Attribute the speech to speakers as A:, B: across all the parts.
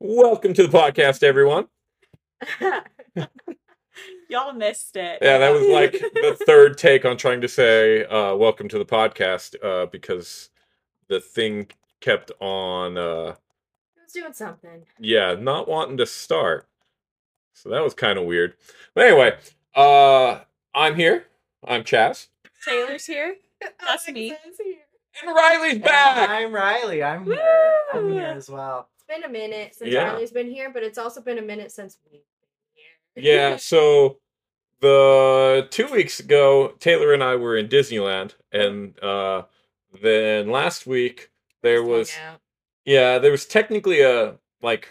A: Welcome to the podcast, everyone.
B: Y'all missed it.
A: Yeah, that was like the third take on trying to say uh, "Welcome to the podcast" uh, because the thing kept on, uh,
C: I was doing something.
A: yeah, not wanting to start. So that was kind of weird. But anyway, uh, I'm here. I'm Chaz,
B: Taylor's here.
C: Oh,
B: That's me.
C: Alexa's here.
A: and Riley's back.
D: I'm Riley. I'm
B: Woo!
D: here. I'm here as well.
C: It's been a minute since
A: Yeah.
C: Riley's been here, but it's also been a minute since we've been here.
A: Yeah. So the two weeks ago, Taylor and I were in Disneyland, and uh, then last week there
C: Just
A: was.
C: hung out.
A: Yeah, there was technically a like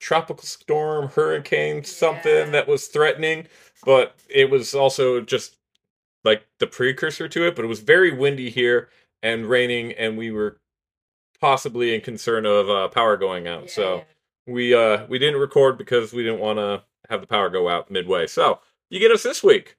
A: tropical storm, hurricane, something
C: Yeah.
A: that was threatening, but it was also just like the precursor to it. But it was very windy here and raining, and we were possibly in concern of uh, power going out.
C: Yeah,
A: so
C: yeah.
A: we uh we didn't record because we didn't want to have the power go out midway. So you get us this week.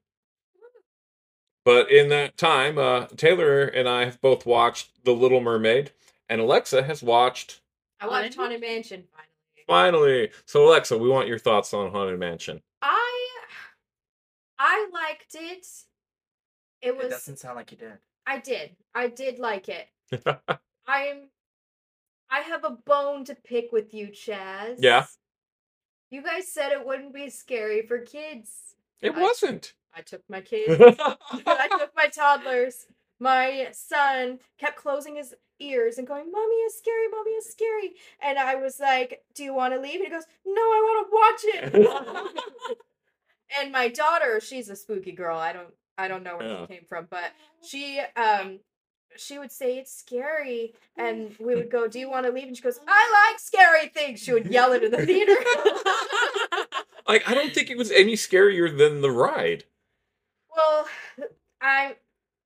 A: But in that time, uh, Taylor and I have both watched The Little Mermaid, and Alexa has watched
C: I watched
B: Haunted
C: Haunted Mansion finally.
A: Finally, so Alexa, we want your thoughts on Haunted Mansion.
C: I I liked it. It
D: It
C: was
D: doesn't sound like you did.
C: I did. I did like it. I'm I have a bone to pick with you, Chaz.
A: Yeah.
C: You guys said it wouldn't be scary for kids.
A: It
C: I-
A: wasn't.
C: I took my kids. I took my toddlers. My son kept closing his ears and going, Mommy is scary, Mommy is scary. And I was like, Do you want to leave? And he goes, No, I want to watch it. and my daughter, she's a spooky girl. I don't I don't know where
A: Yeah.
C: she came from, but she um she would say it's scary and we would go, Do you want to leave? And she goes, I like scary things. She would yell it in the theater.
A: like I don't think it was any scarier than the ride.
C: Well, I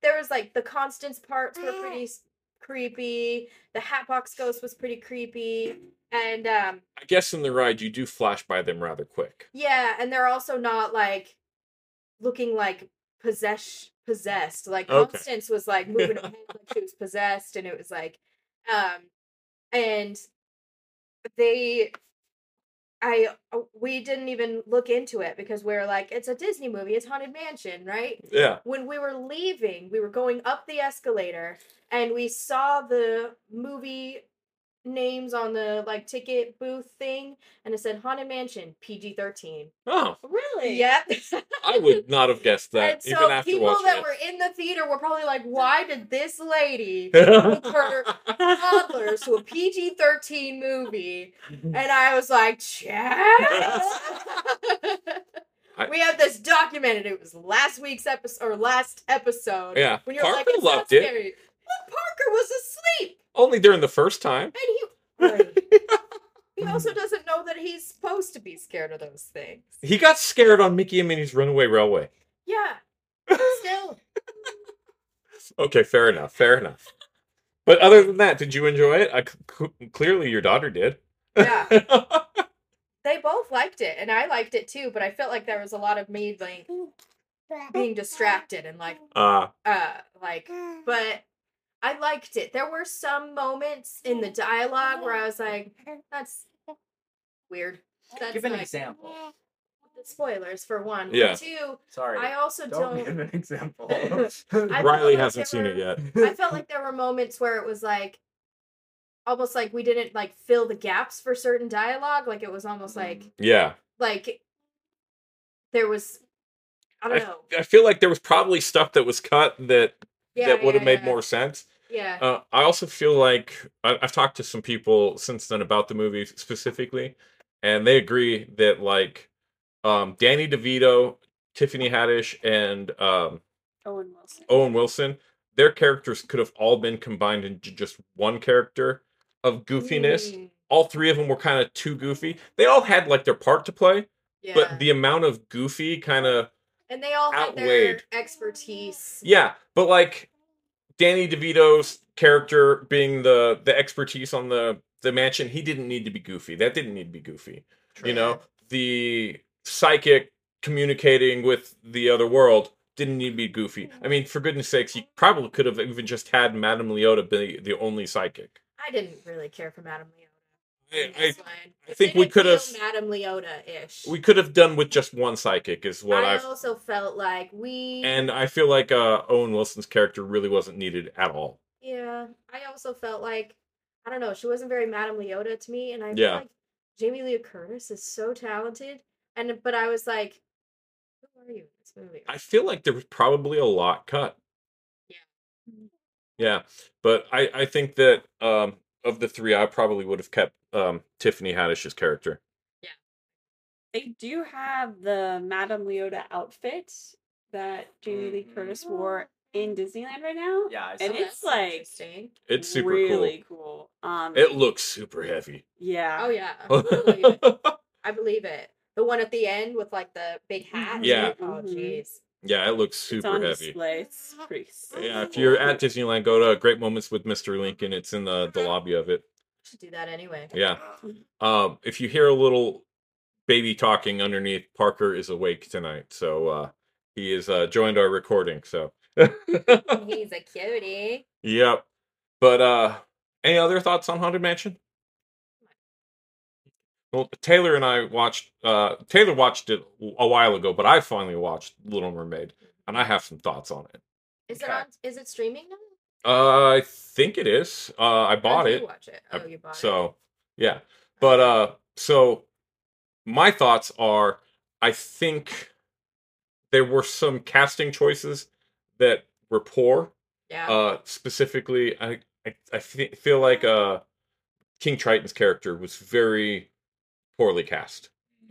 C: there was like the Constance parts were pretty s- creepy. The Hatbox Ghost was pretty creepy, and um,
A: I guess in the ride you do flash by them rather quick.
C: yeah, and they're also not like looking like possess possessed. Like
A: Okay.
C: Constance was like moving her head like she was possessed, and it was like, um, and they. I we didn't even look into it because we were like it's a Disney movie, it's Haunted Mansion, right?
A: Yeah.
C: when we were leaving, we were going up the escalator and we saw the movie names on the like ticket booth thing and it said Haunted Mansion PG 13.
A: Oh,
B: Really?
C: Yep.
A: I would not have guessed that
C: and
A: even
C: so
A: after
C: people
A: watching
C: that
A: it.
C: were in the theater were probably like, why did this lady with her
A: I
C: toddlers to a PG 13 movie? And I was like, Chad?
A: I-
C: we have this documented. It was last week's episode or last episode.
A: Yeah,
C: when you're like,
A: Parker
C: it's not
A: loved it.
C: scary. Well, Parker was asleep,
A: Only during the first time.
C: and he he also doesn't know that he's supposed to be scared of those things.
A: He got scared on Mickey and Minnie's Runaway Railway.
C: Yeah, still,
A: Okay, fair enough. Fair enough. But other than that, did you enjoy it? I, c- clearly, your daughter did. Uh,
C: yeah. They both liked it, and I liked it too. But I felt like there was a lot of me like being distracted and like
A: uh,
C: uh like but I liked it. There were some moments in the dialogue where I was like, that's weird. That's
D: Give an
C: like-
D: example.
C: spoilers for one. For
A: Yeah.
C: two,
D: Sorry.
C: I also
D: don't,
C: don't,
D: give an example.
C: I I felt
A: Riley
C: like
A: hasn't seen
C: there
A: it
C: were-
A: yet.
C: I felt like there were moments where it was like almost like we didn't like fill the gaps for certain dialogue. Like it was almost
A: Mm-hmm.
C: like
A: Yeah.
C: like there was I don't know.
A: I feel like there was probably stuff that was cut that
C: Yeah,
A: that would have
C: yeah,
A: made
C: yeah.
A: more sense.
C: Yeah.
A: Uh, I also feel like I, I've talked to some people since then about the movie specifically, and they agree that like um, Danny DeVito, Tiffany Haddish, and um,
B: Owen Wilson.
A: Owen Wilson, their characters could have all been combined into just one character of goofiness.
C: Mm,
A: All three of them were kind of too goofy. They all had like their part to play,
C: yeah.
A: but the amount of goofy kind of
C: and they all had their
A: outweighed-
C: expertise.
A: Yeah, but like Danny DeVito's character being the the expertise on the the mansion, he didn't need to be goofy. That didn't need to be goofy. You know, the psychic communicating with the other world didn't need to be goofy. I mean, for goodness sakes, you probably could have even just had Madame Leota be the only psychic.
C: I didn't really care for Madame Leota.
A: I, I,
C: It's fine.
A: I think we
C: didn't
A: could have-
C: feel Madame Leota ish.
A: we could have done with just one psychic is what
C: I
A: I've
C: also felt like we
A: and I feel like uh, Owen Wilson's character really wasn't needed at all.
C: Yeah. I also felt like I don't know, she wasn't very Madame Leota to me and I feel
A: Yeah.
C: like Jamie Lee Curtis is so talented and but I was like, Who are you in this movie?
A: I feel like there was probably a lot cut.
C: Yeah.
B: Mm.
A: Yeah, but I I think that um of the three, I probably would have kept um Tiffany Haddish's character.
B: They do have the Madame Leota outfit that Jamie Lee
A: Mm-hmm.
B: Curtis wore in Disneyland right now.
D: Yeah, I
B: And
D: saw-
C: that's
B: it's like-
C: interesting.
A: It's super
B: really cool. Um,
A: cool. It looks super heavy.
B: yeah.
C: Oh yeah. I believe it.
A: yeah,
C: I believe it. The one at the end with like the big hat.
A: Yeah.
C: Oh
B: Mhm.
C: jeez.
A: it looks
B: it's on
A: super heavy.
B: display. It's
C: Oh,
B: pretty. sick.
A: Yeah, if you're at Disneyland, go to Great Moments with Mr. Lincoln. It's in the, the lobby of it.
C: Should do that anyway.
A: Yeah. Um, if you hear a little baby talking underneath, Parker is awake tonight. So uh, he is uh, joined our recording. So,
C: He's a cutie.
A: yep. But uh, any other thoughts on Haunted Mansion? Well, Taylor and I watched. Uh, Taylor watched it a while ago, but I finally watched Little Mermaid, and I have some thoughts on it.
C: Is it
D: Okay.
C: on is it streaming now?
A: Uh, I think it is. Uh, I
C: How
A: bought
C: do you
A: it.
C: Watch it.
A: I-
C: Oh, you bought it.
A: So yeah, but uh, so my thoughts are, I think there were some casting choices that were poor.
C: Yeah.
A: Uh, specifically, I I, I fe- feel like uh, King Triton's character was very poorly cast.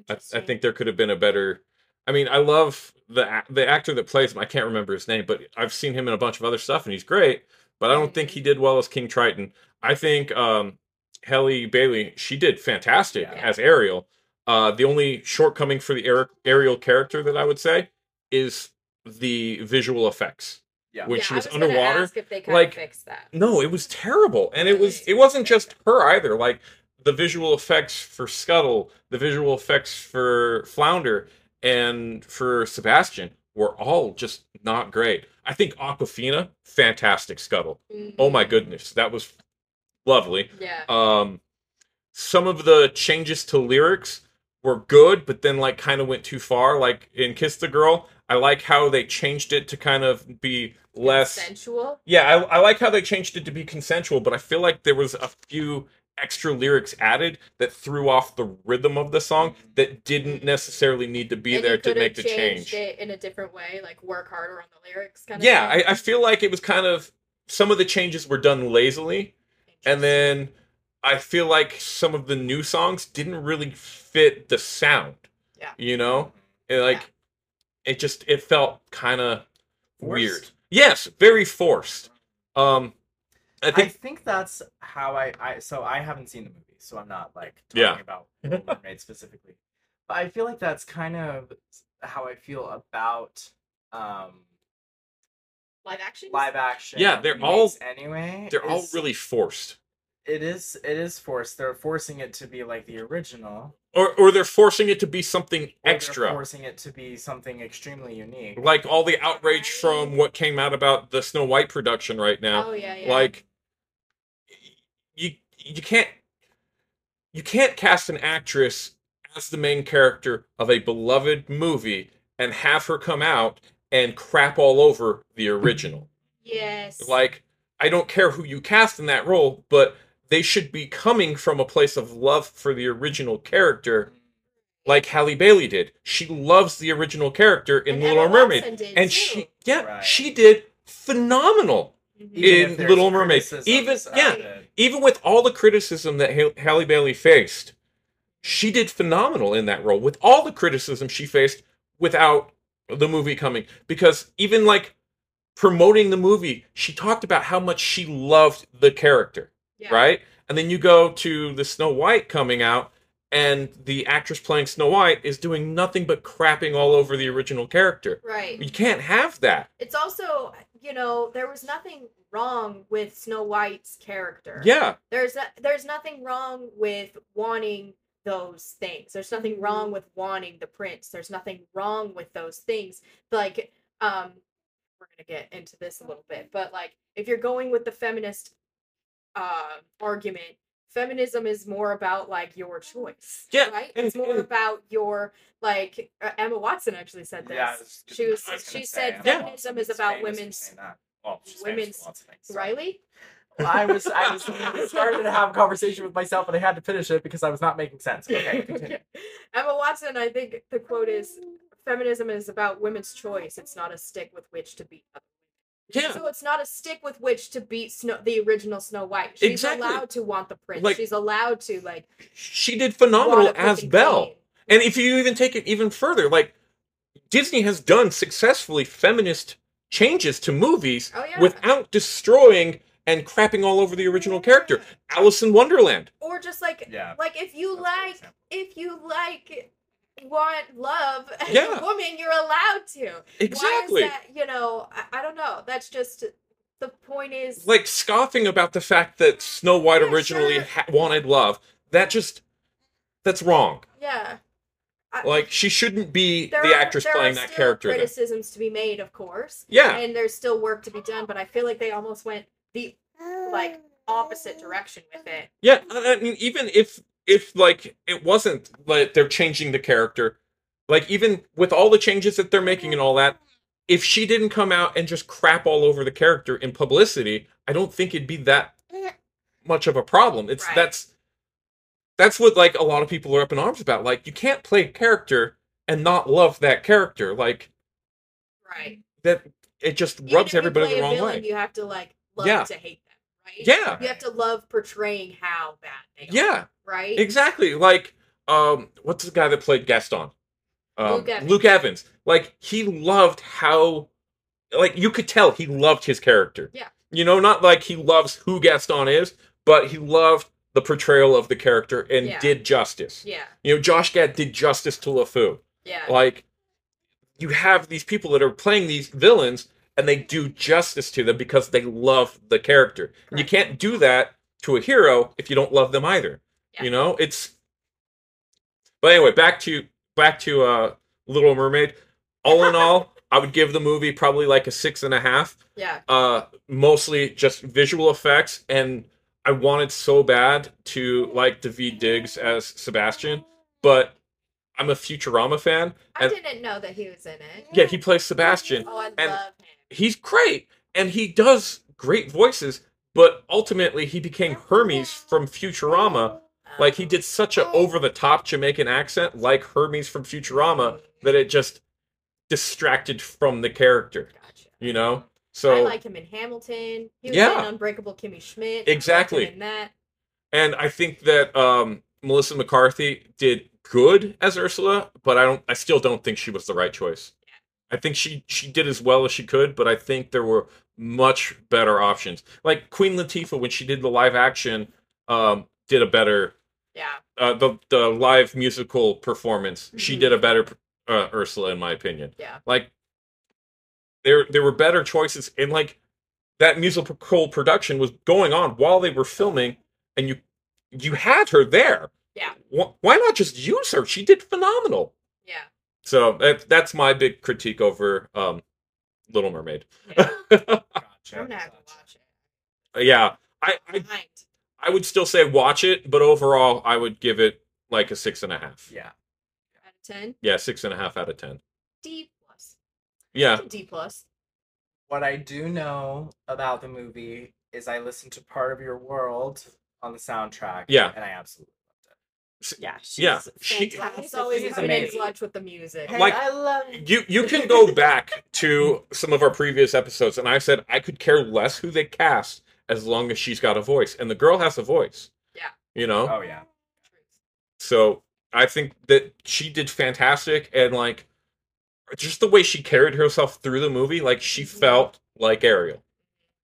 A: I, I
C: Interesting.
A: think there could have been a better. I mean, I love the ac- the actor that plays him. I can't remember his name, but I've seen him in a bunch of other stuff, and he's great. But I don't think
D: Mm-hmm.
A: he did well as King Triton. I think um, Helly Bailey she did fantastic
D: Yeah.
A: as Ariel. Uh, the only shortcoming for the Ari- Ariel character that I would say is the visual effects.
D: Yeah.
A: When
C: Yeah,
A: she
C: I
A: was,
C: gonna
A: underwater,
C: ask if they kinda
A: like-
C: fixed that.
A: no, it was terrible, and it was
C: Really?
A: it wasn't just her either. Like the visual effects for Scuttle, the visual effects for Flounder, and for Sebastian were all just not great. I think Aquafina, fantastic Scuttle. Oh my goodness, that was lovely.
C: Mm-hmm. Yeah.
A: Um, some of the changes to lyrics were good, but then like kind of went too far. Like in Kiss the Girl, I like how they changed it to kind of be less.
C: Sensual.
A: Yeah, I, I like how they changed it to be consensual, but I feel like there was a few extra lyrics added that threw off the rhythm of the song that didn't necessarily need to be
C: Mm-hmm. And
A: there
C: you
A: to
C: could've
A: make the
C: changed
A: change.
C: It in a different way, like work harder on the lyrics, kind of.
A: Yeah,
C: thing.
A: I, I feel like it was kind of some of the changes were done lazily, and then I feel like some of the new songs didn't really fit the sound.
C: Yeah.
A: you know, and like it just it felt kind of weird.
D: Forced?
A: Yes, very forced. Um, I
D: I
A: think
D: think that's how I, I so I haven't seen the movie, so I'm not like talking
A: Yeah.
D: about Little Mermaid specifically. But I feel like that's kind of how I feel about um
C: live action.
D: live action.
A: Yeah, they're all-
D: remakes anyway.
A: They're all
D: is-
A: really forced,
D: it is it is forced. They're forcing it to be like the original.
A: or or they're forcing it to be something
D: or they're
A: extra,
D: forcing it to be something extremely unique.
A: like all the outrage from what came out about the Snow White production right now.
C: Oh yeah, yeah.
A: Like, you you can't you can't cast an actress as the main character of a beloved movie and have her come out and crap all over the original.
C: yes.
A: Like, I don't care who you cast in that role, but they should be coming from a place of love for the original
C: Mm-hmm.
A: character, like Halle Bailey did. She loves the original character in
C: And
A: Little
C: Emma
A: Mermaid,
C: Watson did,
A: and
C: too.
A: she, yeah,
D: Right.
A: she did phenomenal
C: Mhm.
D: Even
A: in
D: if there's
A: Little Mermaid.
D: criticisms
A: Even
D: of
A: yeah,
D: it.
A: even with all the criticism that Hal- Halle Bailey faced, she did phenomenal in that role. With all the criticism she faced without the movie coming, because even like promoting the movie, she talked about how much she loved the character,
C: Yeah.
A: right? And then you go to the Snow White coming out, and the actress playing Snow White is doing nothing but crapping all over the original character.
C: Right.
A: You can't have that.
C: It's also, you know, there was nothing wrong with Snow White's character.
A: Yeah,
C: There's no, there's nothing wrong with wanting those things. There's nothing wrong with wanting the prince. There's nothing wrong with those things. Like um we're going to get into this a little bit, but like if you're going with the feminist uh, argument feminism is more about like your choice.
A: Yeah,
C: Right?
A: and-
C: It's more
A: and-
C: about your like uh, Emma Watson actually said this.
D: Yeah, I was just-
C: she was,
D: I was gonna
C: she
D: say,
C: said
D: Emma
C: feminism
D: Watson
C: is about
D: famous for
C: women's
D: saying that. Well, she's famous for
C: women's
D: lots of things, so.
C: Riley.
D: Well, I was I was started to have a conversation with myself, but I had to finish it because I was not making sense. Okay, continue.
C: Emma Watson, I think the quote is feminism is about women's choice. It's not a stick with which to beat other
A: yeah.
C: So it's not a stick with which to beat Snow, the original Snow White. She's
A: Exactly.
C: allowed to want the prince.
A: Like-
C: She's allowed to like
A: She did phenomenal
C: want a
A: as
C: freaking
A: Belle.
C: queen.
A: And if you even take it even further, like Disney has done successfully feminist changes to movies
C: Oh yeah.
A: without destroying and crapping all over the original character. Alice in Wonderland.
C: or just like
D: Yeah.
C: like if you
D: That's a good
C: like
D: example.
C: if you like want love as
A: Yeah.
C: a woman, you're allowed to.
A: Exactly.
C: Why is that, you know, I, I don't know. That's just the point is
A: Like scoffing about the fact that Snow White
C: Yeah,
A: originally
C: sure.
A: ha- wanted love. That just that's wrong.
C: yeah. I-
A: Like she shouldn't be
C: there
A: the
C: are-
A: actress
C: there are
A: playing that
C: still
A: character. then.
C: Criticisms to be made, of course,
A: Yeah.
C: and there's still work to be done. But I feel like they almost went the like opposite direction with it.
A: Yeah, I I mean, even if if like it wasn't like they're changing the character, like even with all the changes that they're making and all that, if she didn't come out and just crap all over the character in publicity, I don't think it'd be that much of a problem. It's
C: Right.
A: that's that's what like a lot of people are up in arms about. Like you can't play a character and not love that character. Like
C: Right.
A: that it just
C: Even
A: Mm-hmm. rubs
C: if you
A: everybody
C: play
A: the
C: a
A: wrong
C: villain,
A: way.
C: You have to like love
A: Yeah.
C: to hate them, right?
A: Yeah.
C: You have to love portraying how bad they are.
A: Yeah.
C: Right.
A: Exactly. Like, um, what's the guy that played Gaston? Um,
C: Luke Evans.
A: Evans. Like, he loved how, like, you could tell he loved his character.
C: Yeah.
A: You know, not like he loves who Gaston is, but he loved the portrayal of the character and
C: Yeah.
A: did justice.
C: yeah.
A: You know, Josh Gad did justice to LeFou.
C: Yeah.
A: Like, you have these people that are playing these villains and they do justice to them because they love the character. And You can't do that to a hero if you don't love them either.
C: Yeah.
A: You know, it's But anyway, back to back to uh Little Mermaid. All in all, I would give the movie probably like a six and a half.
C: yeah.
A: Uh mostly just visual effects and I wanted so bad to like David Diggs as Sebastian, but I'm a Futurama fan.
C: I
A: And
C: didn't know that he was in it.
A: yeah, he plays Sebastian
C: Oh, I
A: And-
C: love him.
A: he's great and he does great voices but ultimately he became hermes from futurama like he did such a over-the-top jamaican accent like hermes from futurama
C: Oh,
A: that it just distracted from the character
C: Gotcha.
A: you know
C: I
A: so
C: like him in Hamilton. He was
A: Yeah.
C: in Unbreakable Kimmy Schmidt. I
A: Exactly.
C: liked him in that.
A: and i think that um melissa mccarthy did good as ursula but i don't i still don't think she was the right choice i think she she did as well as she could but i think there were much better options like queen latifah when she did the live action um did a better
C: Yeah.
A: uh the the live musical performance she
C: Mhm.
A: did a better uh, ursula in my opinion
C: Yeah.
A: like there there were better choices and like that musical production was going on while they were filming and you you had her there
C: Yeah.
A: Wh- why not just use her she did phenomenal
C: Yeah.
A: so that, that's my big critique over um little mermaid
C: yeah.
D: Gotcha.
C: I'm gonna have to watch it.
A: Uh, yeah I, I
C: Mind.
A: i would still say watch it but overall i would give it like a six and a half
D: Yeah.
C: Out of ten.
A: yeah six and a half out of ten
C: D plus.
A: yeah
C: D plus.
D: What I do know about the movie is I listened to part of your world on the soundtrack.
A: Yeah.
D: And I absolutely
B: Yeah.
A: yeah
B: she's
A: she
B: fantastic.
C: It's always
D: She's
C: coming in
D: amazing.
C: clutch with the music.
D: loved it.
A: Like-
D: I love
A: you you can go back to some of our previous episodes and i said i could care less who they cast as long as she's got a voice and the girl has a voice
C: Yeah.
A: you know
C: Uh,
D: Oh yeah.
A: so i think that she did fantastic and like just the way she carried herself through the movie like she felt like ariel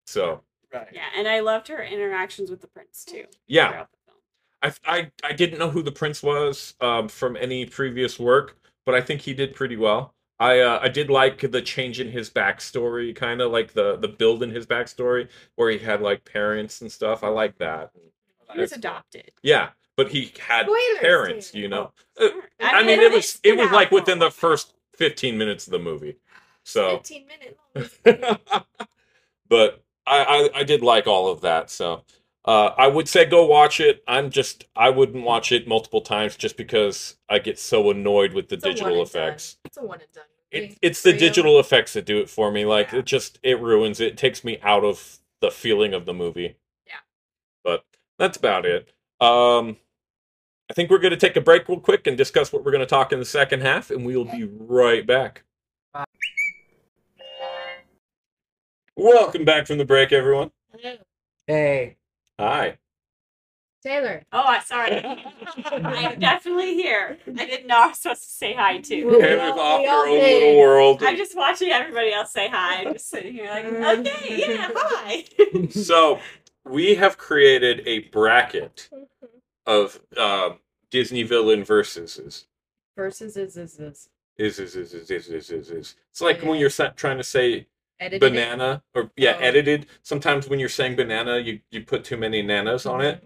A: so
D: Right.
B: Yeah, and I loved her interactions with the prince too.
A: yeah
B: throughout the film.
A: i i, I didn't know who the prince was um, from any previous work but i think he did pretty well I, uh, I did like the change in his backstory, kind of like the the build in his backstory, where he had like parents and stuff. I like that.
B: He was adopted.
A: Yeah, but he had
C: Spoilers,
A: parents,
C: David.
A: you know.
C: I
A: Uh, I mean,
C: mean,
A: it was it was like within the
B: first.
A: first fifteen minutes of the movie. So,
C: Fifteen minutes.
A: but I, I I did like all of that. So, Uh, I would say go watch it. I'm just I wouldn't watch it multiple times just because I get so annoyed with the
C: It's a one
A: digital
C: and done.
A: effects.
C: It's a one and done.
A: It,
C: movie
A: it's the
C: for you.
A: digital effects that do it for me. Like
D: Yeah.
A: it just it ruins it. It takes me out of the feeling of the movie.
C: Yeah.
A: But that's about it. Um I think we're going to take a break real quick and discuss what we're going to talk in the second half and we'll be right back.
D: Bye.
A: Welcome back from the break everyone.
C: Hello.
D: Hey.
A: Hi.
C: Taylor.
B: Oh, I sorry. I'm definitely here. I didn't know I was supposed to say hi
C: Well,
B: to.
C: we
A: Taylor's
C: all-
A: off
C: we
A: her
C: all
A: own
C: did.
A: little world.
B: I'm just watching everybody else say hi. I'm just sitting here like, okay, yeah, hi.
D: Mm-hmm.
A: so we have created a bracket of uh, Disney villain versuses.
C: Versus is is is.
A: Is is is is is is is is. It's like when you're sa- trying to say
C: Edited.
A: banana or yeah
C: Oh.
A: edited. Sometimes when you're saying banana, you you put too many nanas on it.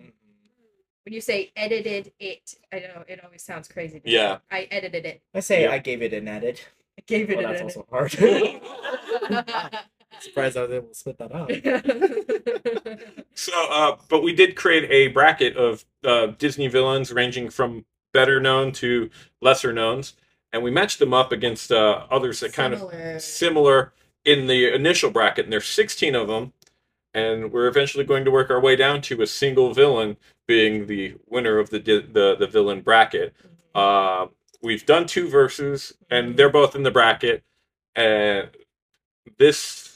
C: When you say edited it, I know it always sounds crazy. to me.
A: Yeah.
C: I edited it.
D: I say
A: Yeah.
D: I gave it an edit.
C: I gave it
D: Well,
C: an edit.
D: that's also hard. Surprised I was able to spit that out.
A: So, uh, but we did create a bracket of uh, Disney villains ranging from better known to lesser knowns, and we matched them up against uh, others that kind of similar in the initial bracket, and there's 16 of them, and we're eventually going to work our way down to a single villain being the winner of the di- the, the villain bracket. Uh, we've done two verses, and they're both in the bracket, and this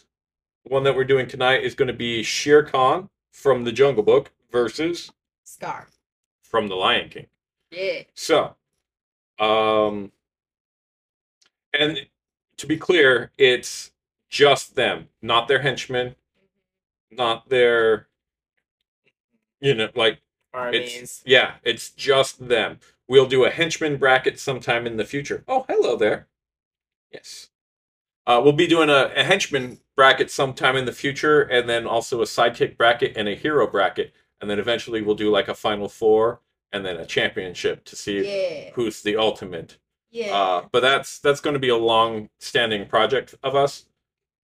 A: one that we're doing tonight is going to be Shere Khan from the Jungle Book versus
C: Scar.
A: from the Lion King.
C: Yeah.
A: So, um, and to be clear, it's just them, not their henchmen, not their, you know, like,
D: Armies.
A: yeah, it's just them. We'll do a henchman bracket sometime in the future. Oh, hello there. Yes. Uh, we'll be doing a, a henchman bracket sometime in the future, and then also a sidekick bracket and a hero bracket. And then eventually we'll do like a final four and then a championship to see
C: Yeah.
A: who's the ultimate.
C: Yeah.
A: Uh, but that's that's going to be a long-standing project of us,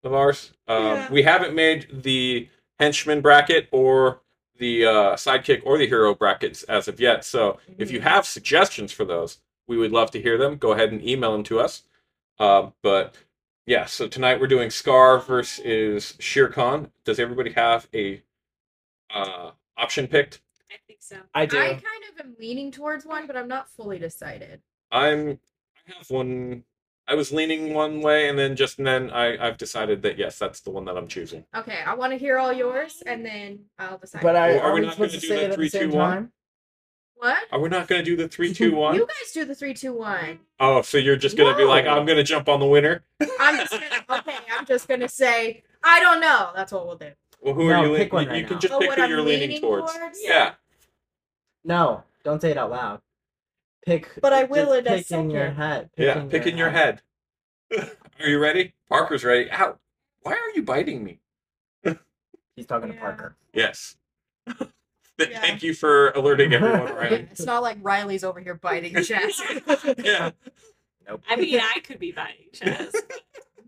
A: of ours. Um,
E: Yeah.
A: We haven't made the henchman bracket or the uh, sidekick or the hero brackets as of yet. So if you have suggestions for those, we would love to hear them. Go ahead and email them to us. Uh, but yeah, so tonight we're doing Scar versus Shere Khan. Does everybody have a uh, option picked?
B: I think so.
D: I
C: I
D: do.
C: kind of am leaning towards one, but I'm not fully decided.
A: I'm I have one. I was leaning one way, and then just then I I've decided that yes, that's the one that I'm choosing.
C: Okay, I want to hear all yours, and then I'll decide.
D: But I,
A: Well,
D: are, we not supposed
A: gonna
D: to
A: do
D: say
A: the
D: that at
A: three,
D: the same
A: two, one?
D: time?
C: what?
A: Are we not going to do the three, two, one?
C: You guys do the three, two, one.
A: Oh, so you're just going to be
C: No.
A: like, I'm going to jump on the winner.
C: I'm just gonna, okay. I'm just gonna say I don't know. That's what we'll do.
A: Well, who
D: No,
A: are you? leaning?
D: pick one
A: you,
D: right
A: you can
D: now.
A: just
C: Oh,
A: pick
C: what
A: who
C: I'm
A: you're leaning,
C: leaning
A: towards.
C: towards?
A: Yeah.
D: No, don't say it out loud. Pick.
E: But I
D: just
E: will in a
D: Pick in your
E: second.
D: head.
A: yeah, pick in your head. are you ready? Parker's ready. Ow. Why are you biting me?
D: He's talking to
E: Yeah.
D: Parker.
A: Yes. Th-
E: Yeah.
A: Thank you for alerting everyone,
C: Yeah,
A: Ryan.
C: it's not like Riley's over here biting chest.
A: yeah.
D: Nope.
B: I mean, I could be biting chess.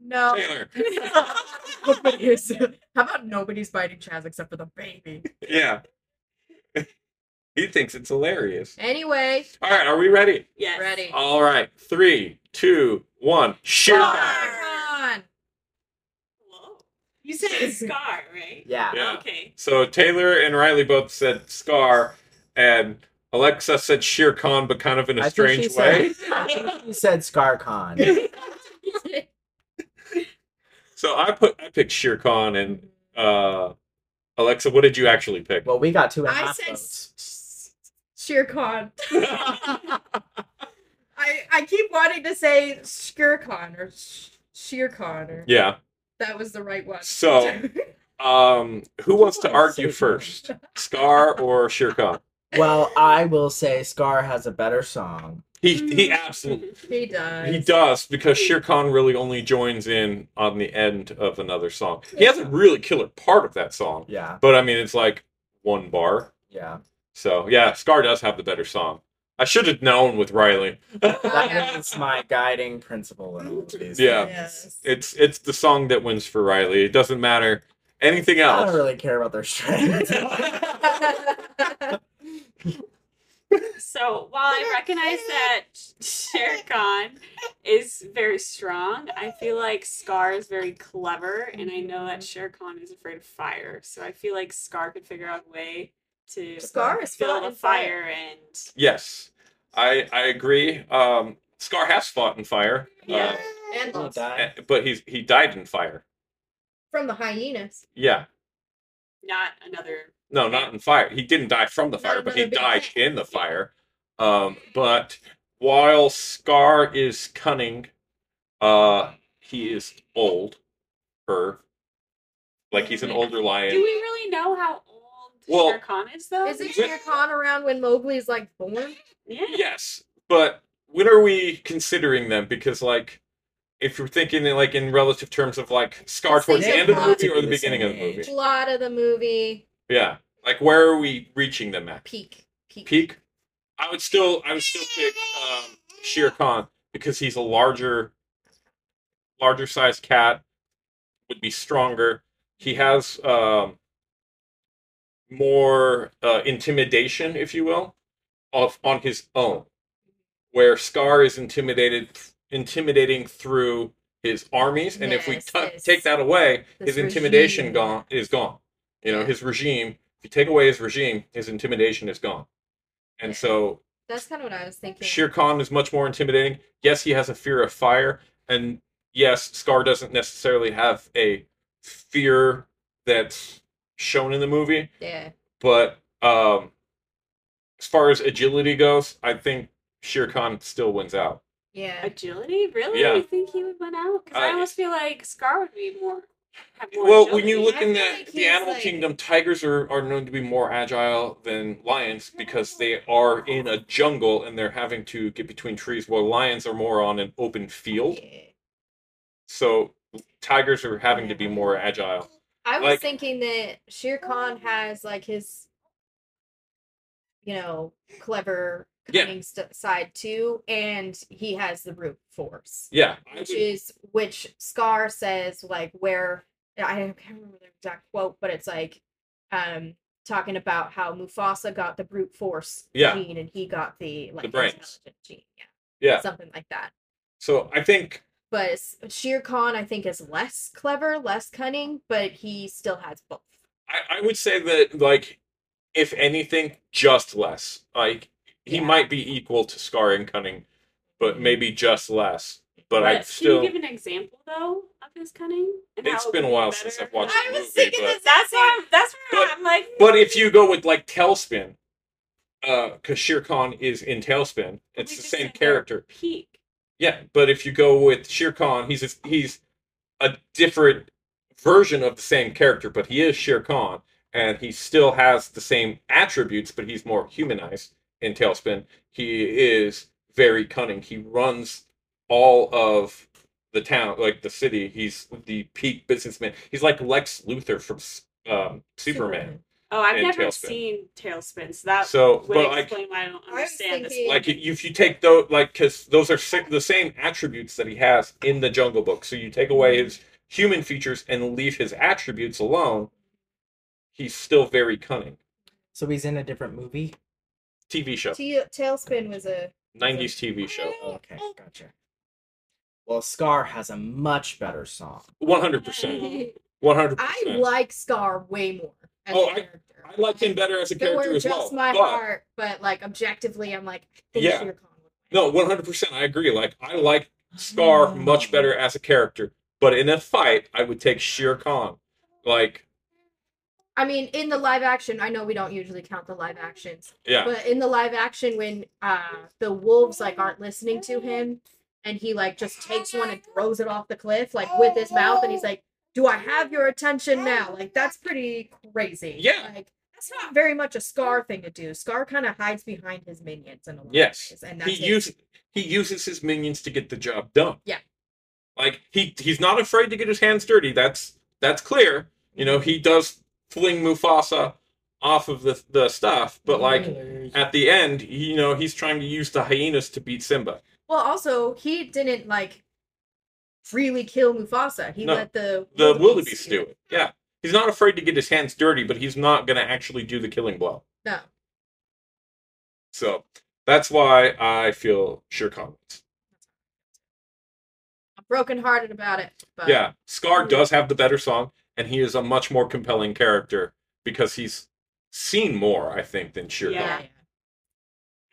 C: no.
A: Taylor.
C: How about nobody's biting Chaz except for the baby?
A: Yeah. he thinks it's hilarious.
C: Anyway,
A: All right, are we ready?
B: Yes.
C: ready.
A: All right, three, two, one. Sure.
B: Scar.
C: Come on.
B: Whoa. You said Scar, right?
D: Yeah.
A: Yeah.
B: Okay.
A: So Taylor and Riley both said Scar, and Alexa said Shere Khan, but kind of in a
D: I think she
A: strange way.
D: Said, I think she said ScarCon.
A: So I put I picked Shere Khan, and uh, Alexa, what did you actually pick?
D: Well, we got two and a
C: I
D: half
C: said
D: votes.
C: s- Shere Khan.
A: I
C: I, I keep wanting to say Shere Khan or Sh- Shere Khan or
A: yeah.
C: that was the right one.
A: So, Um, who wants to
D: Oh, it's
A: argue
D: so funny.
A: first, Scar or Shere Khan?
D: Well, I will say Scar has a better song.
A: He he
D: Mm.
A: absolutely
C: he does.
A: He does because Shere Khan really only joins in on the end of another song. He has a really killer part of that song,
D: Yeah,
A: but I mean it's like one bar.
D: yeah.
A: So yeah, Scar does have the better song. I should have known with Riley.
D: That is my guiding principle in all of these.
A: Yeah.
D: things.
A: It's it's the song that wins for Riley. It doesn't matter Anything
D: I
A: else?
D: don't really care about their strength.
B: So while I recognize that Shere Khan is very strong, I feel like Scar is very clever, and I know that Shere Khan is afraid of fire. So I feel like Scar could figure out a way to
C: Scar is
B: build
C: fought
B: a
C: in fire.
B: fire and
A: Yes, I I agree. Um, Scar has fought in fire,
B: Yeah.
C: and
D: Don't
C: lost.
A: uh,
D: die.
A: but he's he died in fire.
C: from the hyenas.
A: Yeah,
B: not another.
A: no, not in fire. He didn't die from the
C: Not
A: fire, but he
C: another big
A: died
C: thing.
A: in the fire. Um, but while Scar is cunning, uh, he is old. Her, like he's an older
B: Do
A: lion.
B: we really know how old
A: Well-
B: Shere Khan is, though?
C: Is it
A: With-
C: Shere Khan around when Mowgli's like born?
B: Yeah.
A: Yes, but when are we considering them? Because like, if you're thinking in, like in relative terms of like Scar
C: Let's
A: towards the
C: think
A: end of the
C: of
A: movie or the
D: relatively
A: beginning of the
D: same age.
A: movie,
C: Plot of the movie.
A: yeah, like where are we reaching them at?
C: Peak. Peak.
A: Peak? I would still, I would still pick um, Shere Khan because he's a larger, larger sized cat, would be stronger. He has um, more uh, intimidation, if you will, of on his own. Where Scar is intimidated, intimidating through his armies, and if we
C: Yes,
A: tu-
C: his-
A: take that away,
C: this
A: his intimidation
C: regime.
A: gone is gone. You know, his regime. If you take away his regime, his intimidation is gone. And
C: Yeah.
A: so
C: That's kind of what I was thinking.
A: Shere Khan is much more intimidating. Yes, he has a fear of fire, and yes, Scar doesn't necessarily have a fear that's shown in the movie.
C: Yeah.
A: But um, as far as agility goes, I think Shere Khan still wins out.
C: Yeah.
B: Agility? Really?
A: Yeah.
B: You think he would win out? Because I
A: I-
B: almost feel like Scar would be more. Have more
A: Well, when you
B: agility.
A: look
C: I
A: in the,
C: feel like
A: the
C: he's
A: animal
C: like-
A: kingdom, tigers are, are known to be more agile than lions because they are in a jungle and they're having to get between trees, while lions are more on an open field.
C: Yeah.
A: So tigers are having to be more agile.
C: I was
A: Like-
C: thinking that Shere Khan has like his, you know, clever
A: Yeah.
C: cunning st- side too, and he has the brute force,
A: Yeah. I
C: which
A: would-
C: is which Scar says like where I can't remember the exact quote, but it's like, um, talking about how Mufasa got the brute force
A: Yeah.
C: gene and he got the like
A: brains.
C: intelligent gene, yeah,
A: Yeah.
C: something like that.
A: So I think
C: But it's- Shere Khan, I think, is less clever, less cunning, but he still has both.
A: I, I would say that like if anything, just less. Like he
C: Yeah. Mm-hmm.
A: might be equal to Scar and Cunning, but maybe just less. But,
B: But
A: I still
B: Can you give an example though of his cunning? And
A: It's
B: how it
A: been a
B: would be
A: while since
B: better?
A: I've watched
B: I
A: the
B: was-
A: movie, but-
B: That's why. I'm- That's where
A: But-
B: I'm like.
A: But if you go with like Tailspin, because Shere Khan is in Tailspin, it's
B: we
A: the
B: just
A: same
B: said they're
A: character.
B: Peak.
A: Yeah, but if you go with Shere Khan, he's a, he's a different version of the same character, but he is Shere Khan, and he still has the same attributes, but he's more humanized in Tailspin. He is very cunning. He runs all of the town, like the city. He's the peak businessman. He's like Lex Luthor from um, Superman.
B: Oh, I've
A: and
B: never
A: Tailspin.
B: seen Tailspin, so that
A: So,
B: would
A: but like,
B: explain why I don't
C: was
B: understand this.
C: thinking-
A: like if you take those, like, because those are si- the same attributes that he has in the Jungle Book. So you take away his human features and leave his attributes alone. He's still very cunning.
D: So he's in a different movie.
A: TV show,
C: Tail- Tailspin was a
A: nineties TV show,
D: Okay, gotcha. Well, Scar has a much better song.
A: one hundred percent,
B: Mm.
A: one hundred
C: I
A: percent.
C: like Scar way more as
A: Oh,
C: a
A: I-
C: character.
A: I like him better as a
C: If it
A: character
C: were
A: as
C: just
A: well.
C: my
A: but-
C: heart, but like objectively, I'm like, I think
A: Yeah.
C: Shere Khan would win.
A: No, one hundred percent. I agree. Like, I like Scar much better as a character, but in a fight, I would take Shere Khan. Like,
C: I mean, in the live action, I know we don't usually count the live actions,
A: yeah.
C: but in the live action, when uh the wolves like aren't listening to him, and he like just takes one and throws it off the cliff like with his mouth, and he's like, "Do I have your attention now?" Like that's pretty crazy.
A: Yeah.
C: Like, that's not very much a Scar thing to do. Scar kind of hides behind his minions in a lot of
A: Yes.
C: ways, and that's
A: he
C: it.
A: uses he uses his minions to get the job done.
C: Yeah.
A: Like he he's not afraid to get his hands dirty. That's that's clear. You know, he does fling Mufasa off of the the stuff, but like at the end, he- you know, he's trying to use the hyenas to beat Simba.
C: Well, also he didn't like freely kill Mufasa. He
A: No,
C: let the
A: The wildebeest do it. Yeah. He's not afraid to get his hands dirty, but he's not going to actually do the killing blow.
C: No.
A: So that's why I feel Shere Khan wins.
C: I'm brokenhearted about it. But
A: Yeah, Scar does have the better song, and he is a much more compelling character because he's seen more, I think, than Shere
B: Yeah.
A: Khan.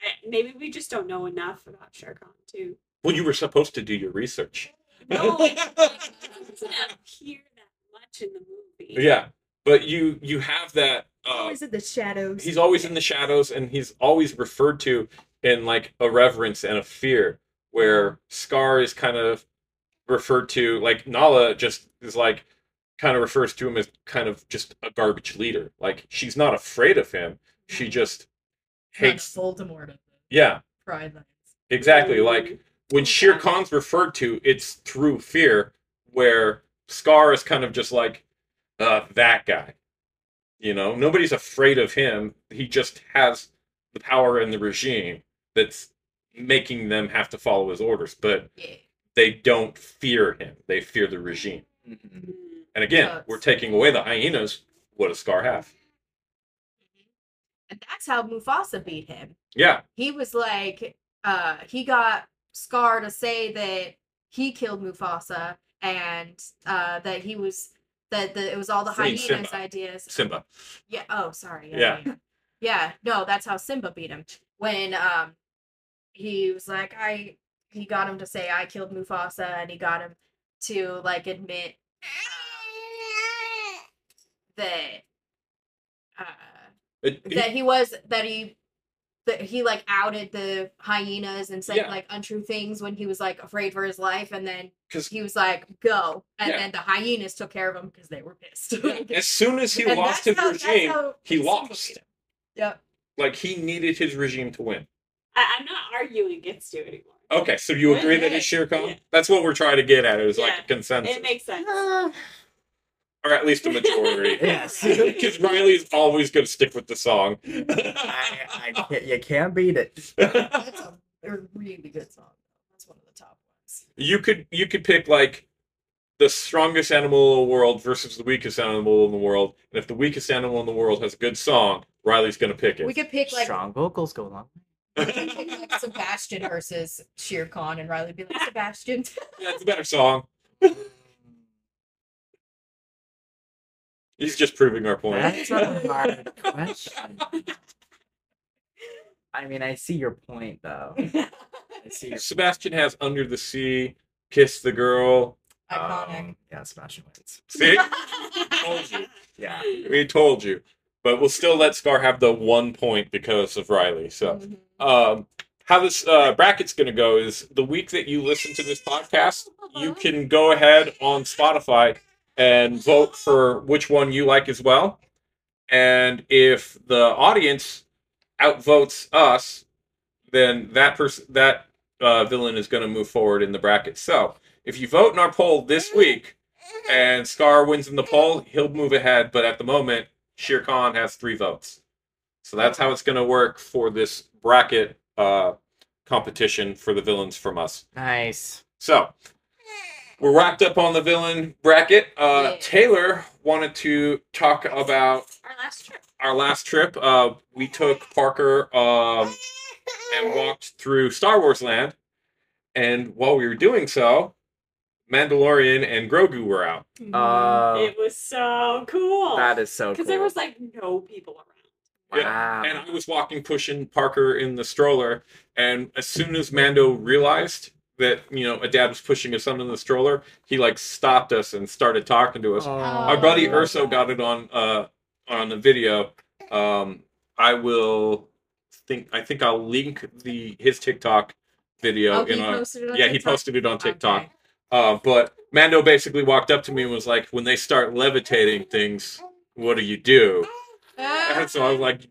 C: Yeah.
B: Eh, Maybe we just don't know enough about Shere Khan too.
A: Well, you were supposed to do your research.
B: No, he doesn't appear that much in the movie.
A: Yeah, but you you have that. Uh,
C: Always in the shadows.
A: he's always in the shadows, and he's always referred to in like a reverence and a fear, where Scar is kind of referred to like Nala just is like kind of refers to him as kind of just a garbage leader. Like she's not afraid of him. She just
F: Kind of
A: hates.
F: Voldemort of the
A: Yeah,
F: Pride Lands.
A: exactly.
B: Mm-hmm.
A: Like when Shere Khan's referred to, it's through fear, where Scar is kind of just like uh, that guy. You know, nobody's afraid of him. He just has the power in the regime that's making them have to follow his orders, but
F: Yeah.
A: they don't fear him. They fear the regime.
D: Mhm.
B: Mm.
A: And again,
F: Yes.
A: we're taking away the hyenas. What does Scar have?
C: and that's how Mufasa beat him.
A: Yeah,
C: he was like uh he got Scar to say that he killed Mufasa and uh that he was that the, it was all the
A: Freed
C: hyenas
A: Simba.
C: ideas.
A: Simba.
C: Yeah, oh sorry.
A: Yeah.
C: yeah. Yeah, no, that's how Simba beat him. When um he was like I he got him to say I killed Mufasa and he got him to like admit um, that uh
A: It-
C: that he was that he that he like outed the hyenas and said
A: Yeah.
C: like untrue things when he was like afraid for his life and then
A: 'Cause-
C: he was like go and
A: Yeah.
C: then the hyenas took care of him because they were pissed
A: as soon as he
C: And
A: lost his
C: that's how- that's
A: regime,
C: how
A: he
C: Simba
A: lost.
C: beat him. Yep.
A: Like he needed his regime to win.
B: I, I'm not arguing against you anymore.
A: Okay, so you agree that it's Shere Khan?
B: Yeah.
A: That's what we're trying to get at. It was like
B: Yeah.
A: a consensus,
B: It makes sense.
A: or at least a majority.
D: Yes.
A: Because Riley's always going to stick with the song.
D: I, I can't, you can't beat it.
F: That's a a really good song. That's one of the top ones.
A: you could you could pick like the strongest animal in the world versus the weakest animal in the world, and if the weakest animal in the world has a good song, Riley's going to pick it.
C: we could pick like
D: Strong vocals go along.
C: we could pick, like Sebastian versus Shere Khan and Riley would be like Sebastian
A: That's a better song. He's just proving our point.
D: That's a hard question. I mean, I see your point though. I see your
A: Sebastian has Under the Sea, Kiss the Girl.
C: iconic
D: Um, yeah, Smash wins.
A: See? Told you.
D: Yeah.
A: We told you. But we'll still let Scar have the one point because of Riley. So,
C: Mm-hmm.
A: um, how this uh, bracket's going to go is the week that you listen to this podcast, you can go ahead on Spotify and vote for which one you like as well. And if the audience outvotes us, then that person that uh, villain is going to move forward in the bracket. So, if you vote in our poll this week, and Scar wins in the poll, he'll move ahead. But at the moment, Shere Khan has three votes. So that's how it's going to work for this bracket uh, competition for the villains from us.
D: Nice.
A: So we're wrapped up on the villain bracket. Uh,
C: Yeah.
A: Taylor wanted to talk about
B: Our last trip.
A: our last trip. Uh, we took Parker um, and walked through Star Wars land. And while we were doing so, Mandalorian and Grogu were out.
D: Uh,
B: It was so cool.
D: that is so cool.
B: Because Oh, there was like no people around.
D: wow.
A: And I was walking, pushing Parker in the stroller, and as soon as Mando realized that you know a dad was pushing his son in the stroller, he like stopped us and started talking to us.
D: Oh,
A: Our buddy
C: Oh.
A: Urso got it on uh on the video. Um, I will think I think I'll link the his TikTok video
C: oh, he
A: in our
C: posted it on
A: yeah he
C: TikTok?
A: posted it on TikTok.
C: Okay.
A: Uh, but Mando basically walked up to me and was like, "When they start levitating things, what do you do?"
C: Ah,
A: And so I was like,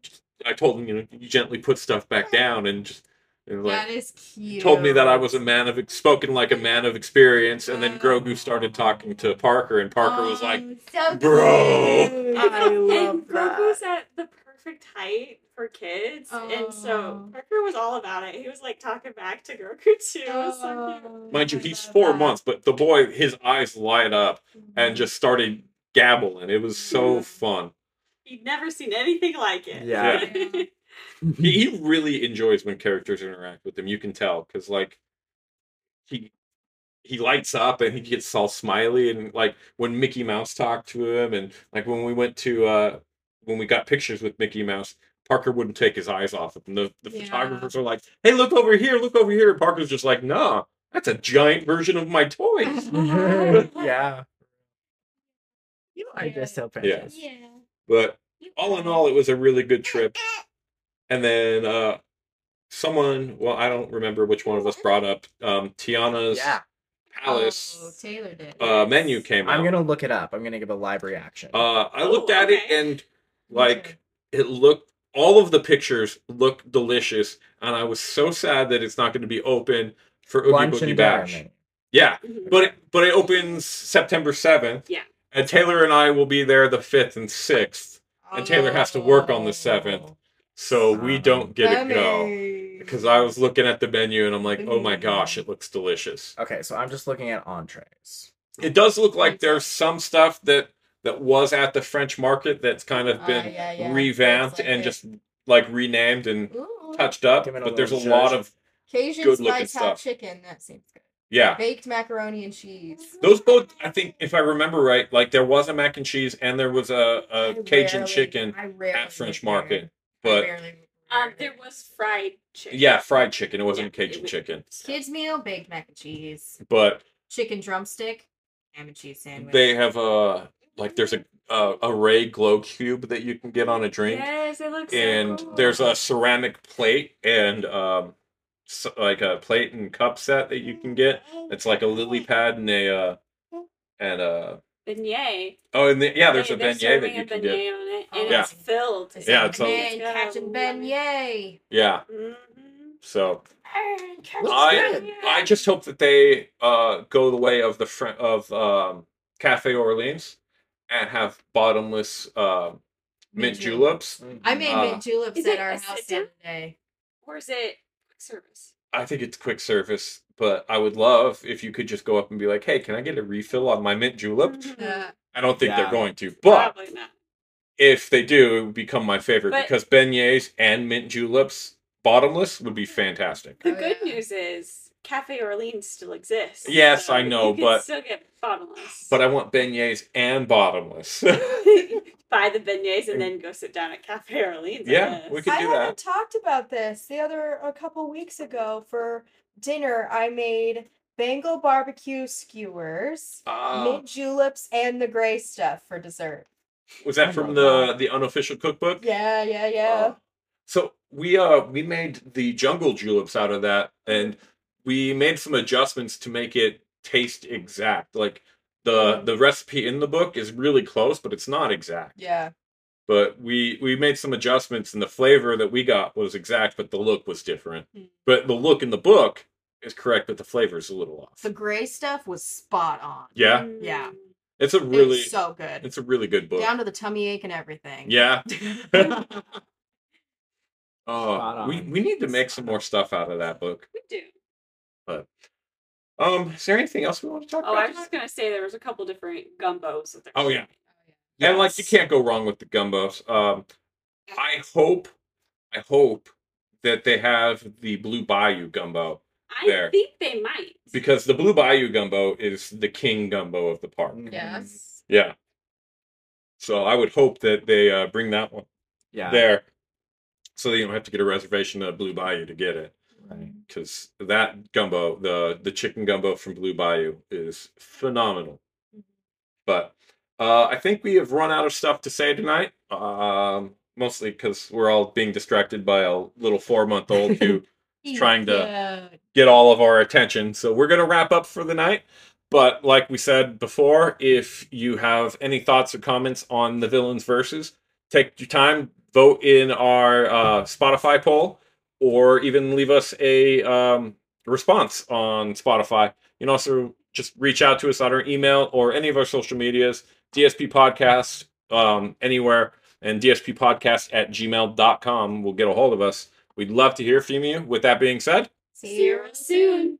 A: I told him, you know, you gently put stuff back down and just, you know, like,
C: that is cute
A: told me that I was a man of, spoken like a man of experience. And then Grogu started talking to Parker, and Parker was like,
C: Uh-huh. Oh, so
A: "Bro."
C: cute.
D: I love
B: and Grogu's at the perfect height for kids. And so
C: Oh.
B: Parker was all about it. He was like talking back to Grogu too. It was so cute.
C: Oh,
A: mind you,
C: I
A: he's
C: love
A: four
C: that.
A: months, but the boy, his eyes light up and just started gabbling. It was
C: Mm-hmm.
A: so fun.
B: You'd never seen anything like it.
D: Yeah.
C: Yeah.
D: Oh.
A: He, he really enjoys when characters interact with him. You can tell because like he he lights up and he gets all smiley and like when Mickey Mouse talked to him and like when we went to uh when we got pictures with Mickey Mouse. Parker wouldn't take his eyes off of him. The, the
C: Yeah.
A: photographers are like, "Hey, look over here! Look over here!" Parker's just like, "Nah, that's a giant version of my toys."
D: yeah. Mm-hmm. You are
C: Yeah.
D: just so precious.
C: yeah.
A: But all in all, it was a really good trip. And then uh, someone, well, I don't remember which one of us brought up um, Tiana's
D: Yeah.
C: Oh,
A: Palace
C: Taylor did.
A: uh, menu came out.
D: I'm gonna look it up. I'm gonna give a live reaction.
A: Uh, I
B: Oh,
A: looked at it
B: okay.
A: and like it looked. All of the pictures look delicious, and I was so sad that it's not going to be open for Oogie
D: Lunch
A: Boogie
D: and
A: Bash.
D: Diner.
A: Yeah,
B: Mhm.
A: but it, but it opens September seventh.
B: Yeah.
A: and Taylor and I will be there the fifth and sixth. and Taylor has to work on the seventh.
C: Oh.
A: so we don't get to go because I was looking at the menu and I'm like, oh
C: Mm-hmm.
A: my gosh, it looks delicious.
D: Okay, so I'm just looking at entrees.
A: It does look like there's some stuff that that was at the French market that's kind of been
C: Ah, yeah, yeah.
A: revamped
C: It's like
A: and
C: it-
A: just like renamed and
C: Ooh.
A: touched up,
D: Give it a
A: but there's a
D: little
A: lot
D: zhuzh.
A: of
C: Cajun
A: good-looking
C: spice hot
A: stuff. Ah.
C: chicken. That seems good.
A: yeah.
C: Baked macaroni and cheese.
A: Those both, I think, if I remember right, like there was a mac and cheese and there was a,
C: I
A: a Uh, Cajun
C: rarely-
A: chicken,
C: I rarely
A: at French
C: get there.
A: market,
C: I
A: but
C: rarely-
B: Um, there was fried chicken.
A: yeah, fried chicken. It wasn't
B: Yeah,
A: Cajun
B: it was-
A: chicken,
C: kids meal, baked mac and cheese,
A: but
C: chicken drumstick, ham and cheese sandwich.
A: they have a like there's a a, a Ray glow cube that you can get on a drink.
B: Yes, it looks. so
A: and
B: cool.
A: there's a ceramic plate and um s like a plate and cup set that you can get it's like a lily pad and a uh and uh
B: beignet.
A: oh and the, yeah there's
B: Hey,
A: a beignet
B: they're
A: that
B: serving
A: you
B: a
A: can
B: beignet
A: get
B: on it,
C: Oh,
B: and
A: yeah.
B: it's filled.
C: It's
A: Yeah,
C: like
A: it's a-
C: beignet, catching beignet.
A: yeah
B: Mhm.
A: so
D: Looks
A: I-
D: good.
A: i just hope that they uh go the way of the fr- of um cafe orleans and have bottomless uh mint
C: Mint
A: juleps
D: Mm-hmm.
C: I made
A: Uh,
C: mint juleps
B: Is
C: at
B: it
C: our
B: a
C: house the
B: sit-down?
C: other day.
B: Or is it quick service?
A: i think it's quick service but i would love if you could just go up and be like hey can i get a refill on my mint julep
C: Uh, oh,
A: I don't think they're
D: Yeah.
A: going to. But
B: Probably not.
A: if they do, it would become my favorite
B: But-
A: because beignets and mint juleps bottomless would be fantastic.
B: The
C: Oh,
B: good
C: yeah.
B: news is Cafe Orleans still exists.
A: Yes, I know,
B: you can
A: but-
B: still get bottomless.
A: But I want beignets and bottomless.
B: buy the beignets and then go sit down at Cafe Orleans. I
A: Yeah,
B: guess.
A: we could-
E: I
A: do
E: haven't talked about this. The other a couple weeks ago for dinner, I made Bengal barbecue skewers,
C: Uh,
A: Ah,
E: mint juleps, and the gray stuff for dessert.
A: was that from the the unofficial cookbook?
E: Yeah, yeah, yeah.
A: Oh. so we uh we made the jungle juleps out of that, and we made some adjustments to make it taste exact. Like the the recipe in the book is really close, but it's not exact.
E: yeah.
A: but we we made some adjustments and the flavor that we got was exact but the look was different
E: Hmm.
A: but the look in the book is correct but the flavor is a little off
C: the gray stuff was spot on.
A: yeah
B: Mm.
C: Yeah.
A: it's a
C: It
A: really
C: was so good.
A: it's a really good book
C: Down to the tummy ache and everything.
A: yeah
D: Mm.
A: oh
D: Spot
A: we
D: on.
A: we need to make some more stuff out of that book
B: We do.
A: um is there anything else we want to talk
B: Oh, I
A: about
B: was just gonna say there was a couple different gumbos. That they're
A: Oh, yeah.
B: Yes.
A: and like you can't go wrong with the gumbos um i hope i hope that they have the blue bayou gumbo
B: I
A: There.
B: think they might.
A: because the blue bayou gumbo is the king gumbo of the park
C: Mm. Yes.
A: Yeah. So I would hope that they uh, bring that one
D: Yeah.
A: there, so that you don't have to get a reservation at Blue Bayou to get it,
D: Right.
A: because that gumbo, the the chicken gumbo from Blue Bayou, is phenomenal. But uh, I think we have run out of stuff to say tonight. Um, mostly because we're all being distracted by a little four month old who trying to-
C: Yeah.
A: get all of our attention. So we're going to wrap up for the night. But like we said before, if you have any thoughts or comments on the villains versus, take your time, vote in our uh, Spotify poll, or even leave us a um, response on Spotify. You can also just reach out to us on our email or any of our social medias, DSP Podcast, um, anywhere, and DSP Podcast at gmail.com will get a hold of us. We'd love to hear from you. With that being said,
C: See you soon.